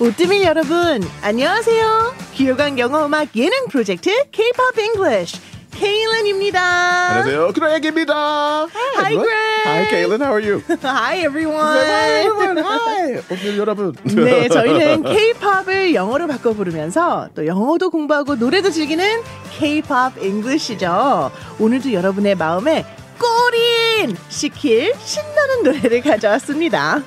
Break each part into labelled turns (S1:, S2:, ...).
S1: 오뜨밀 여러분, 안녕하세요. 귀요광 영어 음악 예능 프로젝트 K-pop English 케일런입니다.
S2: 안녕하세요. 그레이입니다.
S1: Hi, Greg.
S2: Hi, Caitlin. How are you?
S1: Hi
S2: Hi,
S1: everyone.
S2: everyone. Hi. 오늘 여러분.
S1: 네, 저희는 K-pop을 영어로 바꿔 부르면서 또 영어도 공부하고 노래도 즐기는 K-pop English죠. 오늘도 여러분의 마음에 꼬린 시킬 신나는 노래를 가져왔습니다.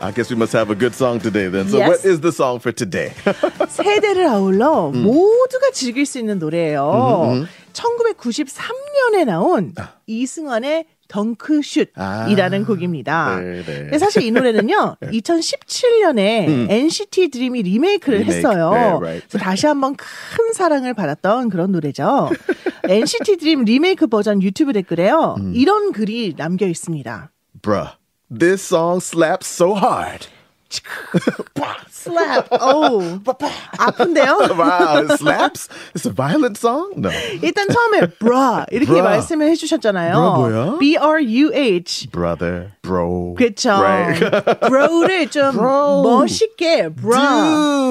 S2: I guess we must have a good song today then. So
S1: Yes.
S2: what is the song for today?
S1: 세대를 아울러
S2: 음.
S1: 모두가 즐길 수 있는 노래예요. 1993년에 나온 이승환의 덩크슛이라는
S2: 아,
S1: 곡입니다.
S2: 네, 네.
S1: 근데 사실 이 노래는요, 2017년에 NCT 드림이 리메이크를
S2: 음. 리메이크,
S1: 했어요.
S2: 네, right.
S1: 그래서 다시 한번 큰 사랑을 받았던 그런 노래죠. NCT 드림 리메이크 버전 유튜브 댓글에요.
S2: 음.
S1: 이런 글이 남겨 있습니다.
S2: Bruh, this song slaps so hard.
S1: Slap. 오. 아픈데요?
S2: Wow, it slaps? It's a violent song? No.
S1: 일단 처음에 bra 이렇게
S2: Bra.
S1: 말씀을 해주셨잖아요.
S2: Bra 뭐야?
S1: B R U H
S2: Brother, bro.
S1: 그쵸.
S2: Right.
S1: bro를 좀
S2: Bro.
S1: 멋있게 bra.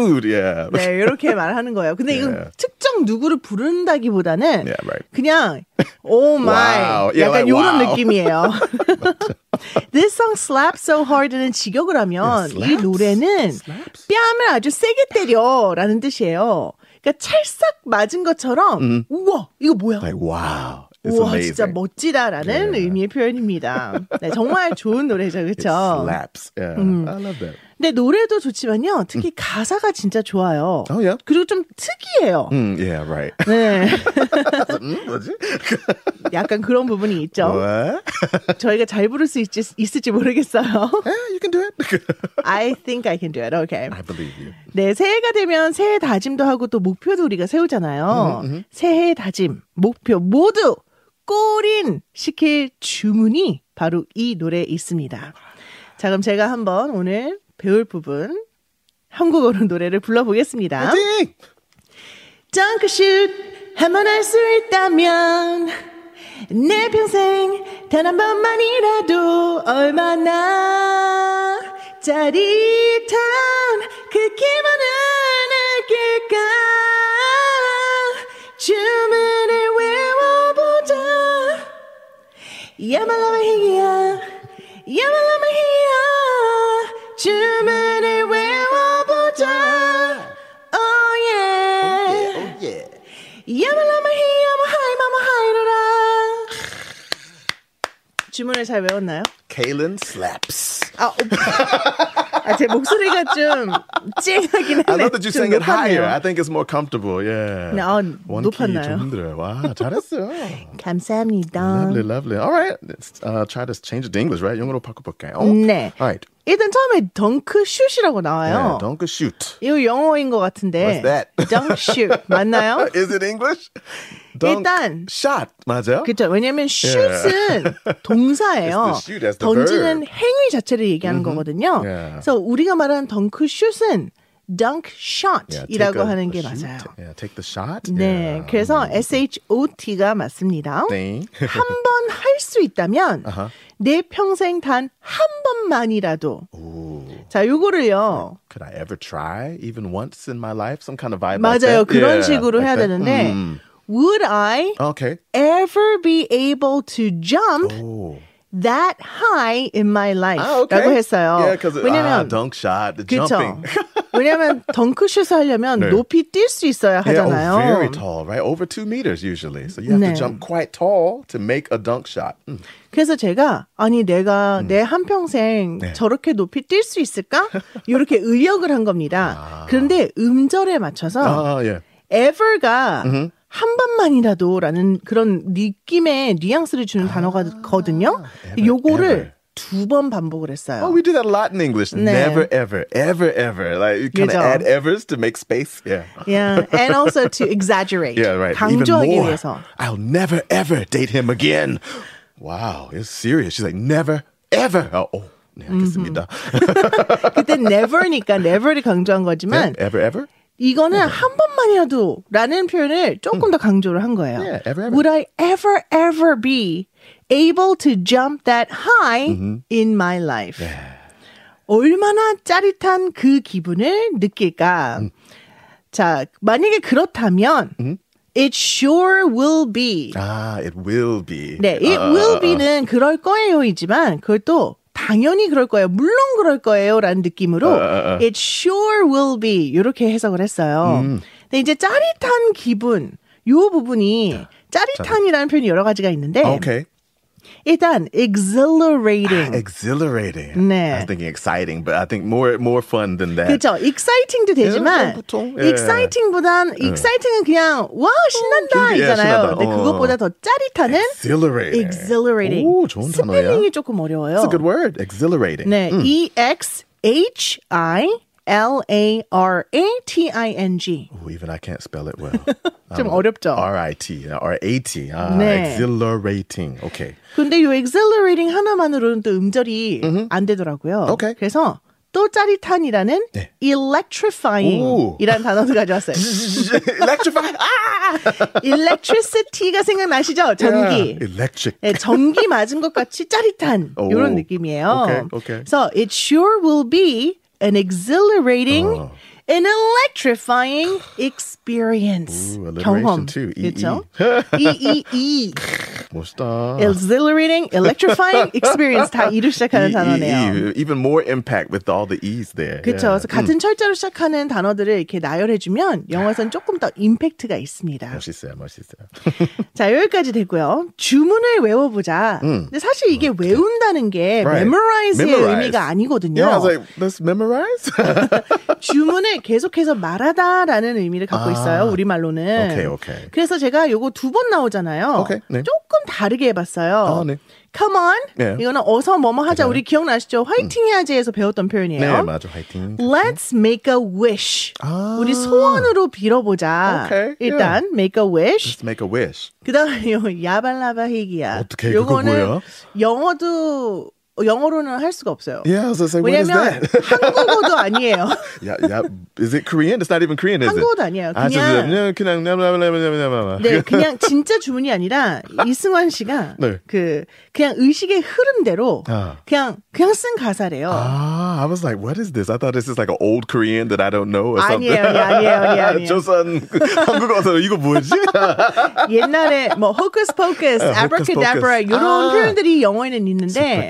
S2: Dude, yeah.
S1: 네, 이렇게 말하는 거예요. 근데 이건
S2: Yeah.
S1: 특정 누구를 부른다기보다는
S2: Yeah, right.
S1: 그냥 oh my
S2: Wow. Yeah,
S1: 약간
S2: like,
S1: 이런
S2: wow.
S1: 느낌이에요. This song slaps so hard는 직역을 하면
S2: Yeah,
S1: 이
S2: slaps?
S1: 노래는
S2: Slaps?
S1: 뺨을 아주 세게 때려라는 뜻이에요. 그러니까 찰싹 맞은 것처럼
S2: 음.
S1: 우와 이거 뭐야?
S2: Like, wow. It's
S1: 우와
S2: amazing.
S1: 진짜 멋지다라는 의미의 표현입니다. 네, 정말 좋은 노래죠,
S2: It
S1: 그렇죠?
S2: slaps. Yeah.
S1: Mm.
S2: I love that.
S1: 근데 노래도 좋지만요, 특히 가사가 진짜 좋아요.
S2: Oh, yeah.
S1: 그리고 좀 특이해요.
S2: Mm, yeah, right.
S1: 네,
S2: Mm, 뭐지?
S1: 약간 그런 부분이 있죠.
S2: What?
S1: 저희가 잘 부를 수 있지, 있을지 모르겠어요.
S2: Eh, you can do it.
S1: I think I can do it. Okay.
S2: I believe you.
S1: 네, 새해가 되면 새해 다짐도 하고 또 목표도 우리가 세우잖아요. 새해 다짐, 목표 모두 꼬린 시킬 주문이 바로 이 노래에 있습니다. 자, 그럼 제가 한번 오늘 배울 부분 한국어로 노래를 불러보겠습니다.
S2: Ding!
S1: 덩크슛 한 번 할 수 있다면 내 평생 단 한 번만이라도 얼마나 짜릿한 그 기분을 느낄까 주문을 외워보자 야말로 마히야 야말로 마히야 주문을 외워보자 Oh, 오예
S2: Oh, yeah.
S1: 야말라마히야마하이마마하이로라 주문을 잘 외웠나요?
S2: Kalen slaps.
S1: 아, 어, 아, 제 목소리가 좀 쨍하긴
S2: I
S1: 하네.
S2: love that you
S1: 좀
S2: sang it higher.
S1: 높았네요.
S2: 아. I think it's more comfortable. Yeah.
S1: 나, 어,
S2: One key 좀
S1: 높았나요?
S2: 힘들어요. 와, 잘했어요.
S1: 감사합니다.
S2: lovely, lovely. All right. Let's uh, try to change it to English, right? 영어로 바꿔볼까요?
S1: 네.
S2: All right.
S1: 일단 처음에 덩크슛이라고 나와요.
S2: Yeah, don't go shoot.
S1: 이거 영어인 것 같은데.
S2: 네, What's that?
S1: 덩크슛 맞나요?
S2: Is it English? Don't
S1: 일단-
S2: shot. 맞아요?
S1: 그렇죠. 왜냐하면 shoot은 동사예요.
S2: It's the shoot as the
S1: 던지는
S2: verb.
S1: 행위 자체를 얘기하는 거거든요.
S2: Yeah.
S1: 그래서 우리가 말하는 덩크 슛은 dunk
S2: Yeah, take
S1: shot이라고
S2: a-
S1: 하는
S2: a
S1: 게
S2: shoot.
S1: 맞아요.
S2: Yeah, Mm-hmm. take the shot.
S1: 네,
S2: Yeah.
S1: 그래서 SHOT가 맞습니다.
S2: Thing.
S1: 한 번 할 수 있다면
S2: Uh-huh.
S1: 내 평생 단 한 번만이라도
S2: Oh. Ooh.
S1: 자 요거를요
S2: Could I ever try even once in my life? Some kind of vibe. like
S1: 맞아요
S2: that?
S1: 그런
S2: Yeah,
S1: 식으로
S2: like
S1: 해야
S2: that.
S1: 되는데
S2: 음.
S1: Would I
S2: Okay.
S1: ever be able to jump
S2: Oh.
S1: that high in my
S2: 아,
S1: life라고
S2: okay.
S1: 했어요.
S2: Yeah, 'cause it- 아,
S1: 왜냐면
S2: dunk shot, the
S1: 그쵸.
S2: jumping.
S1: 왜냐면 덩크슛을 하려면
S2: 네.
S1: 높이 뛸 수 있어야
S2: Yeah, oh,
S1: 하잖아요.
S2: very tall, right? Over two meters usually. So you have
S1: 네.
S2: to jump quite tall to make a dunk shot. Mm.
S1: 그래서 제가 아니 내가
S2: 음.
S1: 내 한평생
S2: 네.
S1: 저렇게 높이 뛸 수 있을까? 이렇게 의역을 한 겁니다.
S2: 아.
S1: 그런데 음절에 맞춰서
S2: Oh yeah.
S1: ever가 한 번만이라도라는 그런 느낌의 뉘앙스를 주는 단어가거든요.
S2: ever,
S1: 요거를
S2: 아. ever.
S1: 두 번 반복을 했어요.
S2: Oh, we do that a lot in English.
S1: 네.
S2: Never, ever, ever, ever. Like you kind
S1: 그죠.
S2: of add evers to make space. Yeah.
S1: Yeah, and also to exaggerate.
S2: Yeah, right. Even
S1: 강조하기
S2: more.
S1: 위해서.
S2: I'll never ever date him again. Wow, it's serious. She's like, never, ever. Oh, oh. 네, 알겠습니다.
S1: 그때 never니까 never를 강조한 거지만
S2: ever, ever?
S1: 이거는 한 번만이라도라는 표현을 조금 더 강조를 한 거예요.
S2: Yeah, ever, ever.
S1: Would I ever ever
S2: Mm-hmm.
S1: be able to jump that high in my life? 얼마나 짜릿한 그 기분을 느낄까?
S2: 음.
S1: 자, 만약에 그렇다면 it sure will be.
S2: Ah, it will be.
S1: 네, it
S2: 아,
S1: will be는 그럴 거예요이지만 그걸 또 당연히 그럴 거예요. 물론 그럴 거예요라는 느낌으로
S2: 아,
S1: it sure will be 이렇게 해석을 했어요.
S2: 음.
S1: 근데 이제 짜릿한 기분 요 부분이 짜릿함이라는 표현이 여러 가지가 있는데
S2: Uh, Okay.
S1: 일단
S2: 아,
S1: exhilarating
S2: Exhilarating.
S1: 네.
S2: I was thinking exciting, but I think more more fun than that.
S1: 그렇죠. exciting도 되지만
S2: 예, 보통, 예.
S1: exciting보단 exciting은 그냥 와 신난다
S2: 음, 예,
S1: 이잖아요.
S2: 신나다.
S1: 근데
S2: 어.
S1: 그것보다 더 짜릿하는
S2: Exhilarating.
S1: exhilarating.
S2: 오, 좋은 단어야.
S1: 스펠링이 조금 어려워요.
S2: That's a good word. Exhilarating.
S1: 네, E X H I L A R A T I N G.
S2: Ooh, even I can't spell it well.
S1: 좀 어렵죠.
S2: 아, R I T uh, R A T. Ah,
S1: 네.
S2: Exhilarating. Okay.
S1: 근데 이 exhilarating 하나만으로는 또 음절이 안 되더라고요.
S2: 오케이.
S1: 그래서 또 짜릿한이라는
S2: 네. 오.
S1: electrifying이라는 단어도 가져왔어요. 아!
S2: Electrify. Ah!
S1: electricity가 생각나시죠? 전기.
S2: Electric.
S1: 예, 전기 맞은 것 같이 짜릿한
S2: 오.
S1: 이런 느낌이에요.
S2: 오케이, 오케이.
S1: So it sure will be an exhilarating,
S2: 어.
S1: an electrifying experience.
S2: Ooh,
S1: 경험.
S2: alliteration too. EE.
S1: 그렇죠? E E E.
S2: 멋있다.
S1: Exhilarating, electrifying experience 다 이를 시작하는
S2: E, E,
S1: 단어네요.
S2: E. Even more impact with all the E's there.
S1: 그렇죠.
S2: Yeah.
S1: 그래서
S2: 음. 아.
S1: 같은 철자로 시작하는 단어들을 이렇게 나열해주면 영어에서는 조금 더 임팩트가 있습니다.
S2: 멋있어요, 멋있어요.
S1: 자, 여기까지 되고요. 주문을 외워보자. 근데 사실 이게 외운다는 게
S2: 음. Right.
S1: memorize의
S2: Memorize.
S1: 의미가 아니거든요.
S2: Yeah, I was like, let's memorize.
S1: 주문을 계속해서 말하다라는 의미를 갖고
S2: 아.
S1: 있어요. 우리말로는.
S2: 오케이, 오케이.
S1: 그래서 제가 요거 두 번 나오잖아요.
S2: 오케이, 네.
S1: 조금 다르게 해봤어요.
S2: 아, 네.
S1: Come on.
S2: 네. 음.
S1: 이거는 어서 뭐뭐 하자. 우리 기억나시죠? 화이팅 해야지에서 배웠던
S2: 네,
S1: 표현이에요.
S2: 맞아, 화이팅.
S1: Let's make a wish.
S2: 아.
S1: 우리 소원으로 빌어보자.
S2: 오케이,
S1: 일단 make a wish.
S2: Let's make a wish.
S1: 그다음 요 야발라바 희귀야.
S2: 어떡해, 그거
S1: 요거는
S2: 뭐야?
S1: 영어도 영어로는 할 수가 없어요.
S2: Yeah, I was just like, what is
S1: 왜냐면
S2: that?
S1: 한국어도 아니에요.
S2: yeah, yeah. Is it Korean? It's not even Korean, is it?
S1: 한국어도 아니에요.
S2: 아,
S1: 그냥-
S2: 진짜, 그냥, 그냥, 그냥, 그냥, 그냥, 그냥.
S1: 네, 그냥 진짜 주문이 아니라 이승환 씨가
S2: 네.
S1: 그 그냥 의식의 흐름대로
S2: 아.
S1: 그냥 그냥 쓴 가사래요.
S2: Ah, I was like, what is this? I thought this is like an old Korean that I don't know or something.
S1: 아니에요, 아니에요, 아니에요, 아니에요.
S2: 조선 한국어서 이거 뭐지?
S1: 옛날에 뭐 호크스 포크스,
S2: 아, 호크스
S1: 아브라카다브라
S2: 포크스.
S1: 이런
S2: 아.
S1: 표현들이 영어에는 있는데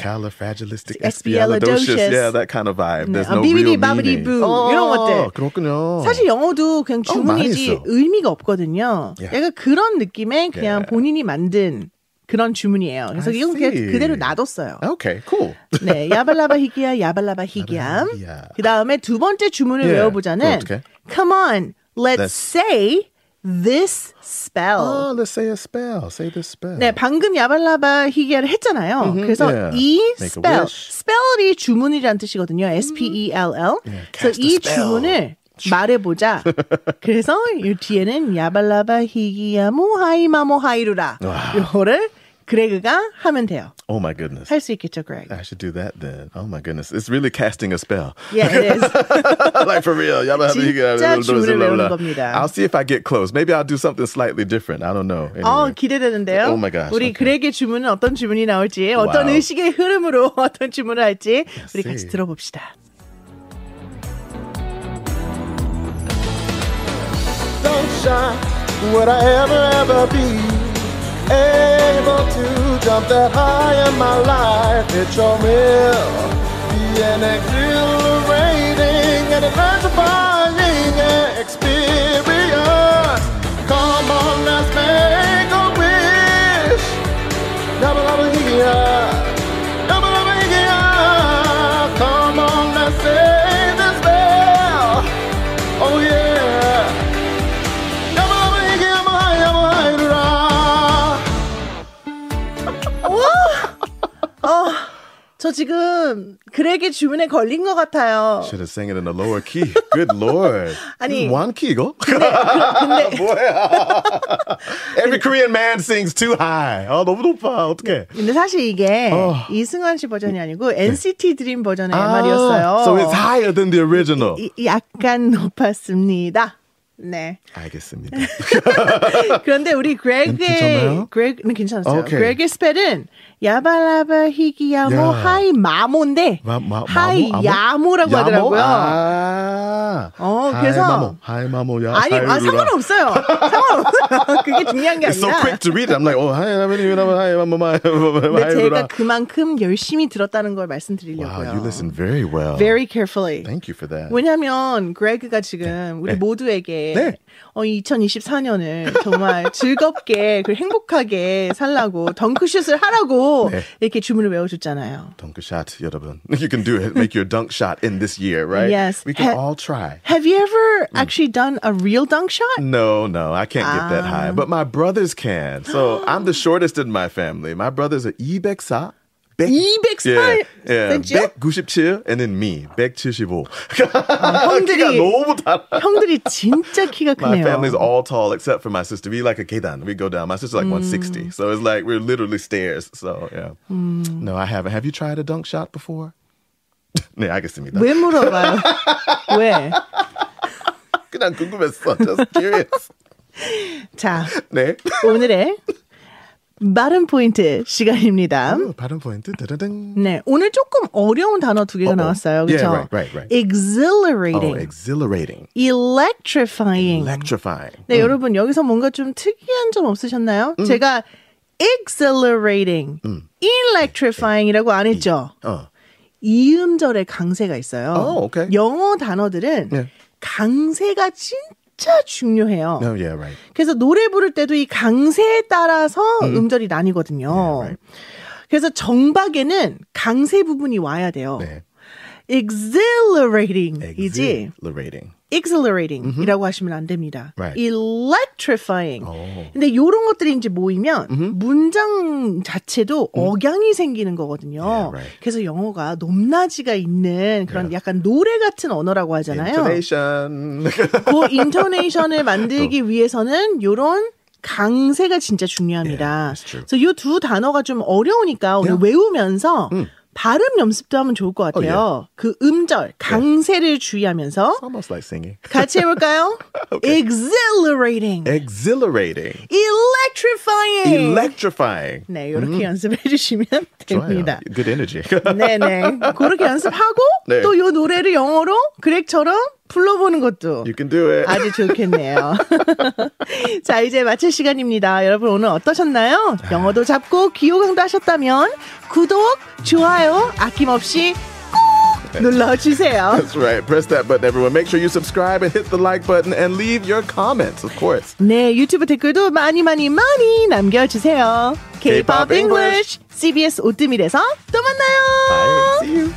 S2: Supercalifragilisticexpialidocious. Yeah, that kind of vibe.
S1: 네,
S2: There's
S1: 어,
S2: no real
S1: 비비디바비디부
S2: meaning.
S1: 이런 것들.
S2: 아, 그렇군요.
S1: 사실 영어도 그냥 주문이지
S2: 많이 있어.
S1: 의미가 없거든요.
S2: 예.
S1: 약간 그런 느낌의 그냥
S2: 예.
S1: 본인이 만든 그런 주문이에요. 그래서
S2: I
S1: 이건 그냥
S2: see.
S1: 그대로 놔뒀어요.
S2: Okay, cool.
S1: 네, 야발라바 히기야, 야발라바 히기야.
S2: 야발라바 히기야.
S1: 그 다음에 두 번째 주문을
S2: 예,
S1: 외워보자는
S2: 그거 어떡해?
S1: Come on, let's
S2: Let's-
S1: say this spell.
S2: Oh, let's say a spell. Say this spell.
S1: 네, 방금 야발라바 희귀를 했잖아요. 그래서
S2: yeah.
S1: 이
S2: 예. Make a
S1: spell,
S2: wish. 음.
S1: spell이 주문이라는 뜻이거든요. S P E L L. 그래서
S2: cast a
S1: 이
S2: spell.
S1: 주문을 말해보자. 그래서 이 뒤에는 야발라바 희귀야모 하이마모 하이루라. 요거를 그레그가 하면 돼요.
S2: Oh my goodness.
S1: 할 수 있겠죠, 그레그.
S2: I should do that then. Oh my goodness. It's really casting a spell.
S1: Yeah, it is.
S2: like for real. Y'all have to
S1: 진짜 주문을 외우는 겁니다.
S2: I'll see if I get close. Maybe I'll do something slightly different. I don't know.
S1: 어,
S2: Anyway.
S1: 기대되는데요.
S2: Oh my gosh,
S1: 우리
S2: okay.
S1: 그렉의 주문은 어떤 주문이 나올지, 어떤
S2: Wow.
S1: 의식의 흐름으로 어떤 주문을 할지 우리
S2: see.
S1: 같이 들어봅시다.
S3: Don't shine. Would I ever, ever be able to jump that high in my life? It's your will. Be an exhilarating and electrifying experience. Come on, let's make a wish. Double, double, yeah. Double, double, yeah. Come on, let's say this bell. Oh yeah.
S1: 저 지금 그렉의 주문에 걸린 것 같아요.
S2: Should have sang it in a lower key. Good lord.
S1: 아니.
S2: one key go.
S1: 근데
S2: Every Korean man sings too high. 아 너무 높아. 어떡해.
S1: 근데 사실 이게
S2: 어. 네.
S1: 이승환 씨 버전이 아니고 NCT 드림 버전의
S2: 아,
S1: MR이었어요.
S2: So it's higher than the original.
S1: 약간 높았습니다. 네.
S2: 알겠습니다.
S1: 그런데 우리 그렉의
S2: 괜찮나요?
S1: 그렉은 괜찮았어요.
S2: 오케이.
S1: 그렉의 스펠은 야발라바 히기야모 뭐
S2: 야.
S1: 하이 마모인데
S2: 마- 마- 마모?
S1: 하이
S2: 아모?
S1: 야모라고
S2: 야모?
S1: 하더라고요.
S2: 아.
S1: 어,
S2: 하이
S1: 그래서-
S2: 마모, 하이 마모야.
S1: 아니,
S2: 하이
S1: 아,
S2: 루라.
S1: 상관없어요. 상관없어요. 그게 중요한 게
S2: It's so
S1: 아니라.
S2: quick to read. it. I'm like, oh, hi, I'm in, I'm hi, I'm hi, I'm
S1: 근데
S2: hi,
S1: 제가
S2: Lula.
S1: 그만큼 열심히 들었다는 걸 말씀드리려고요.
S2: Wow, you listen very well.
S1: Very carefully.
S2: Thank you for that.
S1: 네. 왜냐하면 그레그가 지금 우리
S2: 네.
S1: 모두에게
S2: 네.
S1: 어, 2024년을 정말 즐겁게 그리고 행복하게 살라고 덩크슛을 하라고
S2: 네.
S1: 이렇게 주문을 외워줬잖아요.
S2: Dunk a shot, 여러분. You can do it. Make your dunk shot in this year, right?
S1: Yes.
S2: We can
S1: Ha-
S2: all try.
S1: Have you ever actually done a real dunk shot?
S2: No, no, I can't get that
S1: Ah.
S2: high. But my brothers can. So I'm the shortest in my family. My brothers are Ibeksa.
S1: 204
S2: yeah,
S1: 센치요?
S2: 197 and then me, 175.
S1: 형들이
S2: 아, 너무 달라.
S1: 형들이 진짜 키가
S2: My
S1: 크네요.
S2: family's all tall except for my sister. We like a kedan. We go down. My sister's like 160. So it's like we're literally stairs. So yeah. No, I haven't. Have you tried a dunk shot before? 네, 알겠습니다.
S1: 왜 물어봐요? 왜?
S2: 그냥 궁금했어. Just curious.
S1: 자,
S2: 네.
S1: 오늘의 발음 포인트 시간입니다.
S2: 오, 발음 포인트. 따다당.
S1: 네, 오늘 조금 어려운 단어 두 개가
S2: Uh-oh.
S1: 나왔어요. 그렇죠?
S2: Yeah, right, right, right. Oh,
S1: exhilarating,
S2: exhilarating.
S1: electrifying.
S2: Electrifying.
S1: 네, 여러분 여기서 뭔가 좀 특이한 점 없으셨나요?
S2: 음.
S1: 제가 exhilarating, electrifying이라고 안 했죠?
S2: 어.
S1: 이음절의 강세가 있어요.
S2: Oh, okay.
S1: 영어 단어들은
S2: 네.
S1: 강세가 진짜 중요해요.
S2: No, yeah, right.
S1: 그래서 노래 부를 때도 이 강세에 따라서 음. 절이 나뉘거든요. 그래서 정박에는 강세 부분이 와야 돼요.
S2: 네.
S1: exhilarating이지
S2: Exhilarating.
S1: exhilarating이라고 하시면 안 됩니다.
S2: Right. 어.
S1: electrifying.
S2: 오.
S1: 근데 이런 것들이 이제 모이면 문장 자체도 억양이 생기는 거거든요.
S2: 음. Yeah, right.
S1: 그래서 영어가 높낮이가 있는 그런 약간 노래 같은 언어라고 하잖아요.
S2: Intonation.
S1: 그 인토네이션을 만들기 위해서는 요런 강세가 진짜 중요합니다.
S2: Yeah, 예, that's true.
S1: 그래서 요 두 단어가 좀 어려우니까 오늘
S2: Yeah. Oh,
S1: 외우면서 발음 연습도 하면 좋을 것 같아요. 그 음절 강세를 주의하면서
S2: Almost like singing.
S1: 같이 해볼까요? Exhilarating,
S2: Exhilarating.
S1: electrifying.
S2: Electrifying.
S1: 네, 이렇게 연습해 주시면 됩니다.
S2: 음. 좋아요. Good energy.
S1: 네네. 그렇게 연습하고
S2: 네.
S1: 또 요 노래를 영어로 그렉처럼 불러보는 것도
S2: you can do it.
S1: 아주 좋겠네요. 자, 이제 마칠 시간입니다. 여러분 오늘 어떠셨나요?
S2: 네.
S1: 영어도 잡고 귀호강도 하셨다면 구독, 좋아요 아낌없이
S2: 네.
S1: 꾹 눌러주세요.
S2: That's right. Press that button, everyone. Make sure you subscribe and hit the like button and leave your comments, of course.
S1: 네, 유튜브 댓글도 많이 많이 많이 남겨주세요. K-pop English CBS 오뜨밀에서 또 만나요.
S2: Bye. See you.